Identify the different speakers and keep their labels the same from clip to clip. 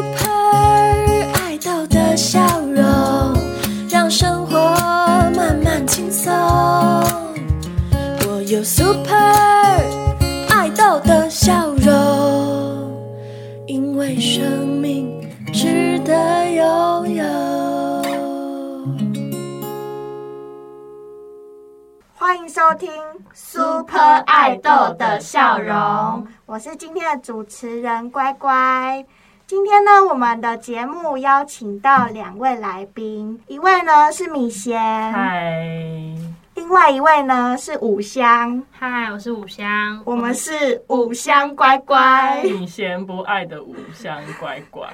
Speaker 1: Super 爱豆的笑容，让生活慢慢轻松。我有 Super 爱豆的笑容，因为生命值得拥有。
Speaker 2: 欢迎收听《
Speaker 3: Super 爱豆的笑容》，
Speaker 2: 我是今天的主持人乖乖。今天呢，我们的节目邀请到两位来宾，一位呢是米贤，
Speaker 3: 嗨
Speaker 2: 另外一位呢是五香。
Speaker 4: 嗨，我是五香，
Speaker 2: 我们是五香乖乖。
Speaker 3: 你先不爱的五香乖乖，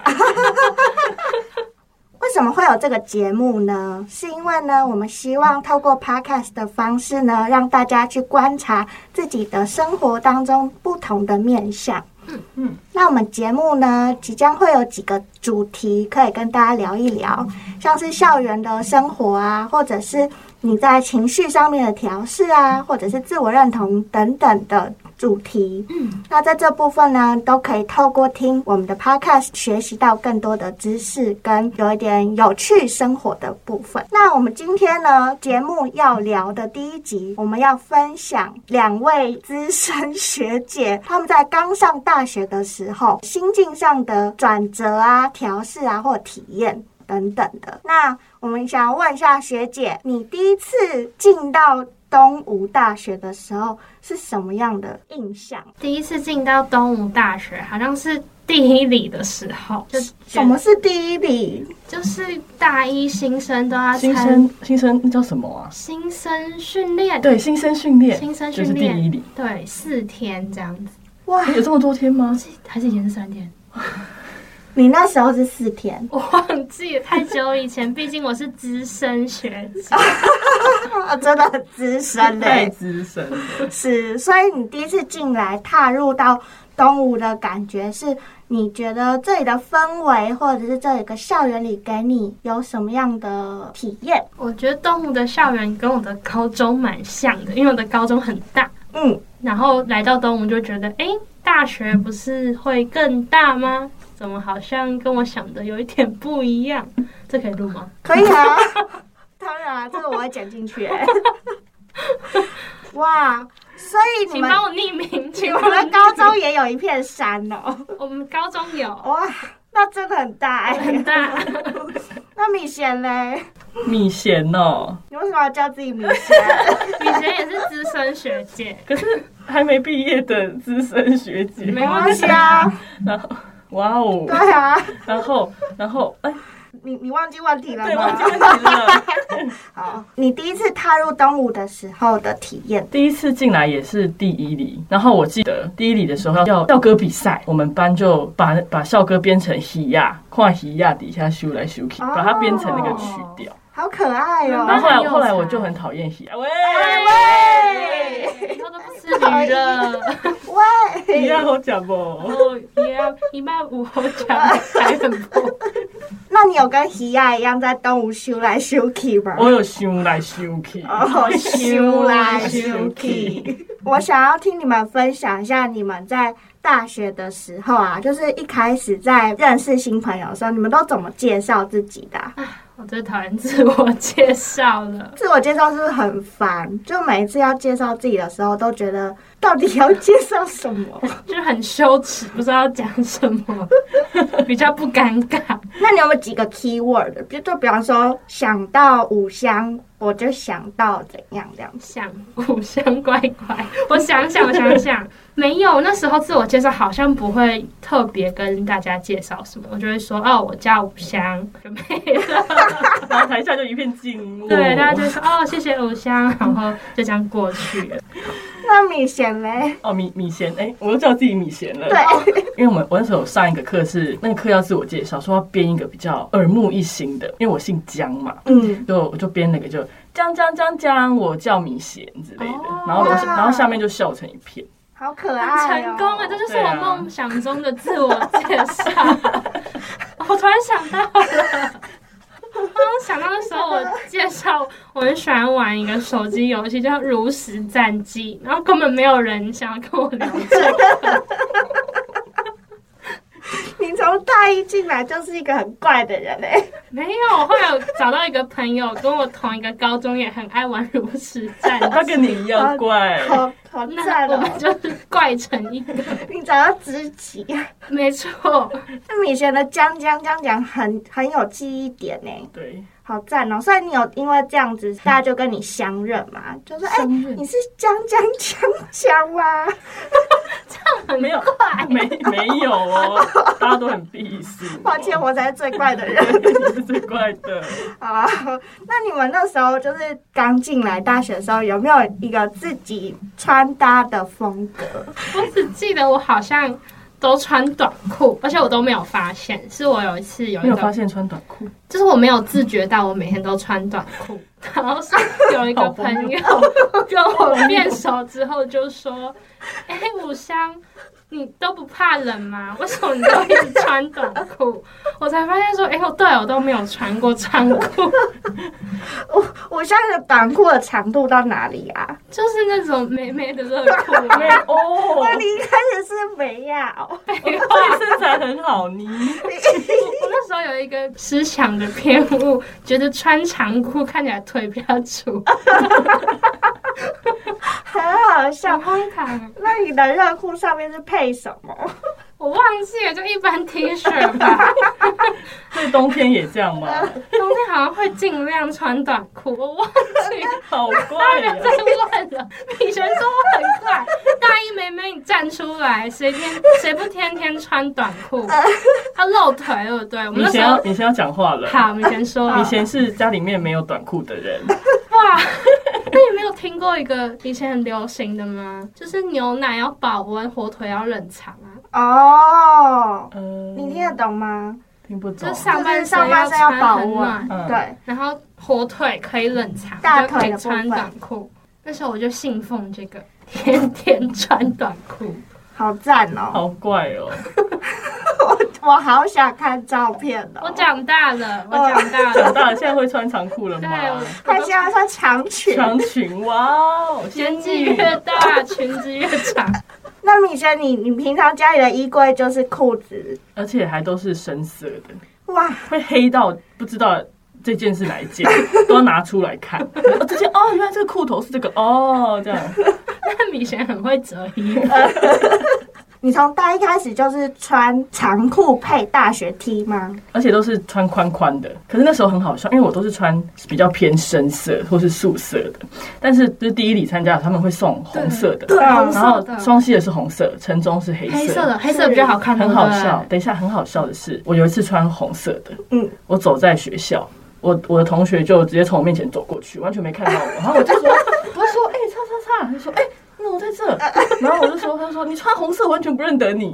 Speaker 2: 为什么会有这个节目呢？是因为呢，我们希望透过 podcast 的方式呢，让大家去观察自己的生活当中不同的面相。嗯
Speaker 3: 嗯，
Speaker 2: 那我们节目呢，即将会有几个主题可以跟大家聊一聊，像是校园的生活啊，或者是你在情绪上面的调试啊，或者是自我认同等等的主题。嗯那在这部分呢，都可以透过听我们的 podcast 学习到更多的知识，跟有一点有趣生活的部分。那我们今天呢，节目要聊的第一集，我们要分享两位资深学姐她们在刚上大学的时候心境上的转折啊、调试啊，或体验。等等的，那我们想要问一下学姐，你第一次进到东吴大学的时候是什么样的印象？
Speaker 4: 第一次进到东吴大学，好像是第一礼的时候，就
Speaker 2: 什么是第一笔？
Speaker 4: 就是大一新生都要
Speaker 3: 新
Speaker 4: 参
Speaker 3: 生新生那叫什么啊？
Speaker 4: 新生训练，
Speaker 3: 对，新生训练，
Speaker 4: 新生
Speaker 3: 就是
Speaker 4: 训
Speaker 3: 第
Speaker 4: 练
Speaker 3: 一礼。
Speaker 4: 对，四天这样子，
Speaker 2: 哇
Speaker 3: 诶，有这么多天吗？
Speaker 4: 还是以前是三天，
Speaker 2: 你那时候是四天，
Speaker 4: 我忘记了，太久以前，毕竟我是资深学姐，
Speaker 2: 啊、真的很资深
Speaker 3: 太
Speaker 2: 嘞，
Speaker 3: 资深欸了，
Speaker 2: 是。所以你第一次进来踏入到东吴的感觉是，你觉得这里的氛围，或者是这里个校园里给你有什么样的体验？
Speaker 4: 我觉得东吴的校园跟我的高中蛮像的，因为我的高中很大，
Speaker 2: 嗯，
Speaker 4: 然后来到东吴就觉得，哎，大学不是会更大吗？怎么好像跟我想的有一点不一样？这可以录吗？
Speaker 2: 可以啊，当然啊，这个我会剪进去、欸。哇，所以你
Speaker 4: 请
Speaker 2: 们
Speaker 4: 帮我匿名，
Speaker 2: 你
Speaker 4: 请帮
Speaker 2: 们
Speaker 4: 我
Speaker 2: 的高中也有一片山哦、
Speaker 4: 我们高中有
Speaker 2: 哇，那真的很大哎、
Speaker 4: 很大，
Speaker 2: 那米贤嘞？
Speaker 3: 米贤哦，
Speaker 2: 你为什么要叫自己米 贤？
Speaker 4: 以前也是资深学姐，
Speaker 3: 可是还没毕业的资深学姐。
Speaker 2: 没
Speaker 4: 没关
Speaker 2: 关
Speaker 4: 系
Speaker 2: 系，啊，
Speaker 3: 然后，哇哦，
Speaker 2: 对啊，
Speaker 3: 然后，然后，哎，
Speaker 2: 你你忘记问题了
Speaker 3: 对，忘
Speaker 2: 吗
Speaker 3: 记？问题了。
Speaker 2: 好，你第一次踏入东吴的时候的体验，
Speaker 3: 第一次进来也是第一礼，然后我记得第一礼的时候要校歌比赛，我们班就把把校歌编成喜亚，跨喜亚底下修来修去，
Speaker 2: 哦
Speaker 3: 把它编成那个曲调。
Speaker 2: 好哎可爱哦、
Speaker 3: 然后后
Speaker 4: 很
Speaker 3: 来
Speaker 4: 有
Speaker 3: 后来
Speaker 4: 才
Speaker 3: 我就很讨厌喜亚，喂，
Speaker 4: 以后都不是女了，
Speaker 3: 喜亚
Speaker 2: 喂，
Speaker 3: 好讲不？
Speaker 4: 哦，也要一般五侯讲才很破，
Speaker 2: 那你有跟喜亚一样在东吴修来修去吗？
Speaker 3: 我有修来修去，
Speaker 2: 哦，修来修去。
Speaker 3: 去。
Speaker 2: 我想要听你们分享一下你们在大学的时候啊，就是一开始在认识新朋友的时候，你们都怎么介绍自己的啊、
Speaker 4: 我最讨厌自我介绍了。
Speaker 2: 自我介绍是不是很烦？就每一次要介绍自己的时候，都觉得到底要介绍什 么？
Speaker 4: 就是很羞耻，不知道讲什么，比较不尴尬。
Speaker 2: 那你有没有几个 key word？就就比方说，想到五香，我就想到怎样这样子。
Speaker 4: 想五香乖乖，我想想，我想想，没有。那时候自我介绍好像不会特别跟大家介绍什么，我就会说哦，我叫五香，就没了。
Speaker 3: 然后台下就一片静默。
Speaker 4: 对，大家就会说哦，谢谢五香，然后就这样过去了。
Speaker 2: 那米贤嘞？
Speaker 3: 哦，米米贤，哎、我又叫自己米贤了。
Speaker 2: 对，，
Speaker 4: 哦
Speaker 3: 因为我们我那时候有上一个课是那个课要自我介绍，说要编一个比较耳目一新的，因为我姓江嘛，
Speaker 2: 嗯，
Speaker 3: 就我就编了个就江江江江，我叫米贤之类的，
Speaker 4: 哦
Speaker 3: 然后楼下然后下面就笑成一片，
Speaker 2: 好可
Speaker 3: 哎
Speaker 2: 爱、哦
Speaker 4: 成功了，这就是
Speaker 3: 对
Speaker 4: 我
Speaker 3: 啊
Speaker 4: 梦想中的自我介 绍。我突然想到了，我刚刚想到那时候我介绍，我很喜欢玩一个手机游戏叫《如实战记》，然后根本没有人想要跟我聊天。
Speaker 2: 是你从大一进来就是一个很怪的人哎、
Speaker 4: 没有，我后来有找到一个朋友，跟我同一个高中，也很爱玩炉石战
Speaker 3: 他跟你一样怪，
Speaker 2: 好好
Speaker 4: 哎那
Speaker 2: 赞
Speaker 4: 我
Speaker 2: 哦、
Speaker 4: 们就是怪成一个，
Speaker 2: 你找到知己。
Speaker 4: 没错，
Speaker 2: 啊那米贤的江江江讲很很有记忆点欸呢、
Speaker 3: 对，
Speaker 2: 好赞哦、所以你有因为这样子，
Speaker 4: 嗯
Speaker 2: 大家就跟你相认嘛，就说哎、你是江江江江啊 吗？
Speaker 3: 没有没没有哦，大家都很避暑、哦。
Speaker 2: 抱歉，我才是最怪的 人
Speaker 3: 你是最怪的。
Speaker 2: 啊。那你们那时候就是刚进来大学的时候，有没有一个自己穿搭的风格？
Speaker 4: 我只记得我好像都穿短裤，而且我都没有发现，是我有一次有
Speaker 3: 你
Speaker 4: 一
Speaker 3: 有
Speaker 4: 个
Speaker 3: 发现穿短裤？
Speaker 4: 就是我没有自觉到我每天都穿短 裤，然后是有一个朋友跟我变熟之后就说：“哎、五香，你都不怕冷吗？为什么你都一直穿短裤？”我才发现说：“哎、我对我都没有穿过长裤，
Speaker 2: 我我现在的短裤的长度到哪里啊？
Speaker 4: 就是那种美美的热裤。
Speaker 3: 没哦，
Speaker 2: 那你一开始是美亚哦，
Speaker 3: 你身材很好，你
Speaker 4: 我”我那时候有一个思想的偏误，觉得穿长裤看起来腿比较粗，
Speaker 2: 很好笑
Speaker 4: 小。荒唐。
Speaker 2: 那你的热裤上面是配什么？
Speaker 4: 我忘记了，就一般 T 恤吧。
Speaker 3: 对冬天也这样吗？
Speaker 4: 冬天好像会尽量穿短裤，我忘记
Speaker 3: 好怪呀、
Speaker 4: 再问了。米璇说我很快，大一妹妹你站出来，谁 天谁不天天穿短裤？她露腿对不对？我们
Speaker 3: 你
Speaker 4: 那
Speaker 3: 先
Speaker 4: 时
Speaker 3: 要
Speaker 4: 候
Speaker 3: 你先要讲话了。
Speaker 4: 好，米璇说
Speaker 3: 以前是家里面没有短裤的人，
Speaker 4: 哇，那你没有听过一个以前很流行的吗？就是牛奶要保温，火腿要冷藏啊。
Speaker 2: 哦，
Speaker 3: 呃，
Speaker 2: 你听得懂吗？
Speaker 3: 听不
Speaker 4: 就
Speaker 3: 懂
Speaker 4: 是。上半
Speaker 2: 上半身
Speaker 4: 要
Speaker 2: 保
Speaker 4: 穿很暖
Speaker 2: 温，
Speaker 3: 嗯
Speaker 2: 对，
Speaker 4: 然后火腿可以冷藏，
Speaker 2: 大
Speaker 4: 就可
Speaker 2: 腿
Speaker 4: 以
Speaker 2: 的部
Speaker 4: 穿
Speaker 2: 分
Speaker 4: 短裤。那时候我就信奉这个，天天穿短裤。
Speaker 2: 好赞哦！
Speaker 3: 好怪哦，
Speaker 2: 我好想看照片哦。
Speaker 4: 我长大了，我长大
Speaker 3: 哦长
Speaker 4: 了，
Speaker 3: 大了现在会穿长裤了
Speaker 4: 对，啊
Speaker 3: 吗
Speaker 4: 我？
Speaker 2: 他
Speaker 4: 我
Speaker 2: 现
Speaker 4: 都
Speaker 2: 在穿长裙。
Speaker 3: 长裙，哇 哦，
Speaker 4: 年纪越大， 裙子越长，
Speaker 2: 那米轩，你你平常家里的衣柜就是裤子，
Speaker 3: 而且还都是深色的，
Speaker 2: 哇，
Speaker 3: 会黑到不知道这件是哪一件，都要拿出来看。 哦、这件哦，原来这个裤头是这个哦，这样。
Speaker 4: 那米璇很会折衣服，
Speaker 2: 你从大一开始就是穿长裤配大学 T 吗？
Speaker 3: 而且都是穿宽宽的。可是那时候很好笑，因为我都是穿比较偏深色或是素色的，但是就是第一里参加的他们会送红色的，
Speaker 2: 对
Speaker 4: 红
Speaker 3: 然
Speaker 4: 色
Speaker 3: 后
Speaker 4: 的，
Speaker 3: 双溪的是红色，城中是黑色。
Speaker 4: 黑色的，黑色比较好看，
Speaker 3: 很好
Speaker 4: 对不对
Speaker 3: 笑。，等一下，很好笑的是，我有一次穿红色的，
Speaker 2: 嗯
Speaker 3: 嗯，我走在学校，我我的同学就直接从我面前走过去，完全没看到我。然后我就说，我就说，哎、叉叉叉，他说，哎、那我在这。然后我就说，他说你穿红色，完全不认得你。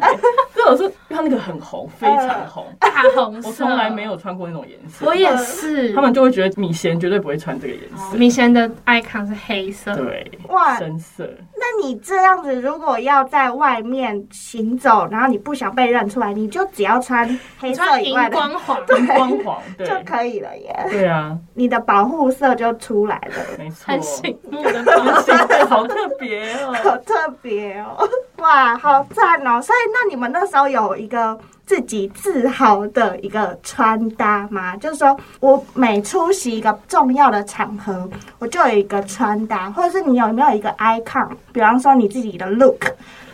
Speaker 3: 所以我说，因为他那个很红，非常红，
Speaker 4: 大红色，
Speaker 3: 我从来没，有穿过那种颜 色。
Speaker 4: 我也是
Speaker 3: 他。们就会觉得米贤绝对不会穿这个颜色，
Speaker 4: 米璇的 icon 是黑色，
Speaker 3: 对，
Speaker 2: 哇，
Speaker 3: 深色。
Speaker 2: 那你这样子如果要在外面行走，然后你不想被认出来，你就只要穿黑色
Speaker 4: 穿
Speaker 2: 以
Speaker 4: 荧
Speaker 2: 外的
Speaker 4: 光黄，
Speaker 3: 荧光黄，对，
Speaker 2: 就可以了耶，
Speaker 3: 对啊，
Speaker 2: 你的保护色就出来了。
Speaker 3: 没错，
Speaker 4: 很醒目的光。
Speaker 3: 对，好特别
Speaker 2: 好
Speaker 3: 哦。
Speaker 2: 特别哦！ 哇，好赞哦！所以那你们那时候有一个自己自豪的一个穿搭吗？就是说我每出席一个重要的场合，我就有一个穿搭，或者是你有没有一个 icon？比方说你自己的 look。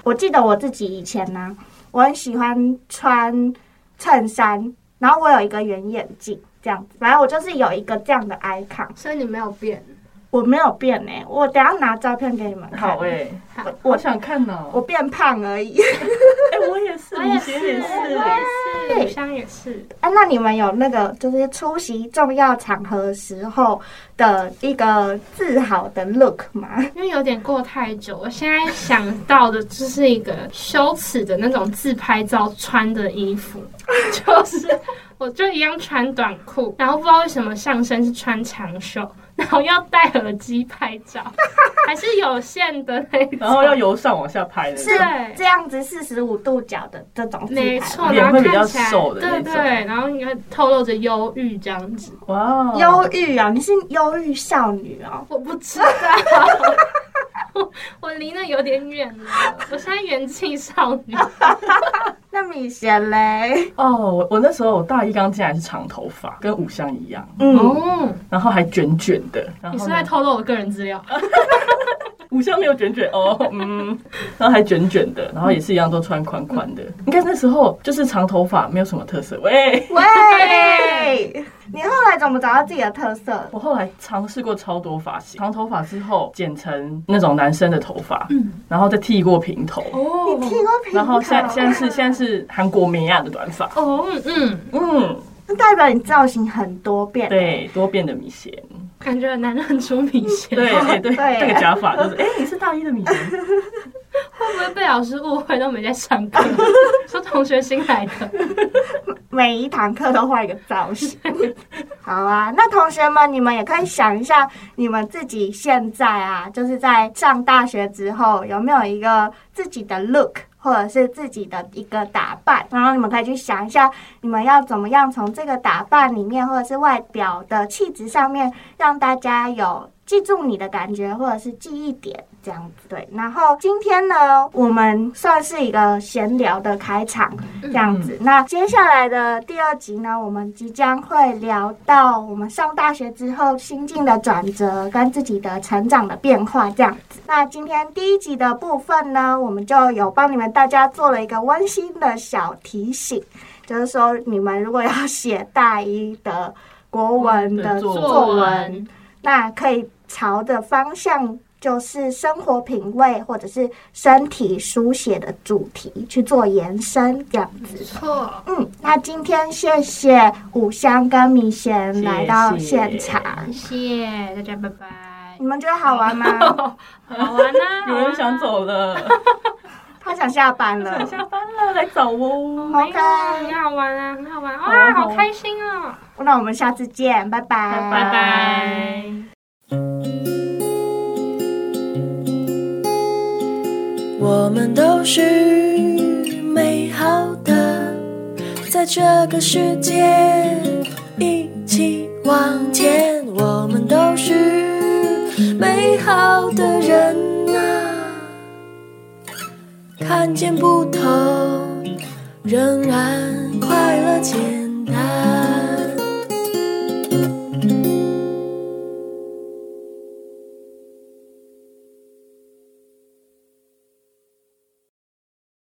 Speaker 2: 我记得我自己以前呢、我很喜欢穿衬衫，然后我有一个圆眼镜。这样子，反正我就是有一个这样的 icon，
Speaker 4: 所以你没有变，
Speaker 2: 我没有变哎、我等一下拿照片给你们看。
Speaker 3: 好哎、
Speaker 2: 我
Speaker 3: 我想看呢、
Speaker 2: 我变胖而已。
Speaker 3: 哎、我也是，
Speaker 4: 我
Speaker 3: 米
Speaker 4: 也
Speaker 3: 贤
Speaker 4: 是，
Speaker 3: 也是。
Speaker 4: 我也是，五香也是。
Speaker 2: 啊，那你们有那个就是出席重要场合时候的一个自豪的 look 吗？
Speaker 4: 因为有点过太久，我现在想到的就是一个羞耻的那种自拍照穿的衣服， 就是我就一样穿短裤，然后不知道为什么上身是穿长袖，然后要戴耳机拍照， 还是有线的那种，
Speaker 3: 然后要由上往下拍的，
Speaker 2: 是
Speaker 4: 对
Speaker 2: 这样子四十五度角的这种自拍
Speaker 4: 没
Speaker 2: 吗
Speaker 4: 错，
Speaker 3: 脸
Speaker 4: 然
Speaker 3: 会
Speaker 4: 后
Speaker 3: 比较
Speaker 4: 看起来
Speaker 3: 瘦的那
Speaker 4: 对
Speaker 3: 种
Speaker 4: 对，然后你会透露着忧郁这样子，
Speaker 3: 哇哦，
Speaker 2: 忧郁啊，你是忧郁少女哦。
Speaker 4: 我不知道。 我我离那有点远了，我现在元气少女。
Speaker 2: 那米贤嘞，
Speaker 3: 哦，我我那时候我大一刚进来是长头发，跟五香一样，
Speaker 2: 嗯，
Speaker 4: 哦，
Speaker 3: 然后还卷卷的。然
Speaker 4: 你
Speaker 3: 后
Speaker 4: 是
Speaker 3: 呢
Speaker 4: 在透露我个人资料？
Speaker 3: 五香没有卷卷哦，嗯，然后还卷卷的，然后也是一样都穿宽宽的。应该那时候就是长头发没有什么特色。喂，
Speaker 2: 喂，你后来怎么找到自己的特色？
Speaker 3: 我后来尝试过超多发型，长头发之后剪成那种男生的头发，嗯，然后再剃过平头，
Speaker 4: 哦
Speaker 2: 你剃过平头，
Speaker 3: 然后现在现在是现在是韩国美亚的短发，
Speaker 4: 哦，嗯嗯，
Speaker 3: 嗯，
Speaker 2: 那代表你造型很多变，，
Speaker 3: 对，多变的米线，
Speaker 4: 感觉很难认出明显，
Speaker 3: 对对对，
Speaker 2: 对
Speaker 3: 那个假发就是，哎、你是大一的米 线，
Speaker 4: 会不会被老师误会都没在上 课？说同学新来的，
Speaker 2: 每一堂课都换一个造型。 好啊，那同学们，你们也可以想一下，你们自己现在啊，就是在上大学之后，有没有一个自己的 look，或者是自己的一个打扮？然后你们可以去想一下，你们要怎么样从这个打扮里面，或者是外表的气质上面，让大家有记住你的感觉，或者是记忆点。这样子对，然后今天呢，我们算是一个闲聊的开场，这样子。那接下来的第二集呢，我们即将会聊到我们上大学之后心境的转折跟自己的成长的变化这样子。那今天第一集的部分呢，我们就有帮你们大家做了一个温馨的小提醒，就是说你们如果要写大一的国文的
Speaker 3: 嗯作
Speaker 2: 作文
Speaker 4: 文，
Speaker 2: 那可以朝的方向就是生活品味或者是身体书写的主题去做延伸，这样子。
Speaker 4: 错，
Speaker 2: 嗯，那今天谢谢五香跟米贤来到现场，
Speaker 4: 谢谢大家，拜拜
Speaker 2: 你。们觉得好玩吗？
Speaker 4: 好玩啊！
Speaker 3: 有人想走 了，
Speaker 2: 他想下班了，
Speaker 3: 下班了，来找我。
Speaker 4: 没有啊，很好玩啊，很好玩，哇，好开心哦！
Speaker 2: 那我们下次见，拜拜，
Speaker 3: 拜
Speaker 4: 拜拜。
Speaker 1: 我们都是美好的，在这个世界一起往前。我们都是美好的人啊呐、看见不同，仍然快乐间。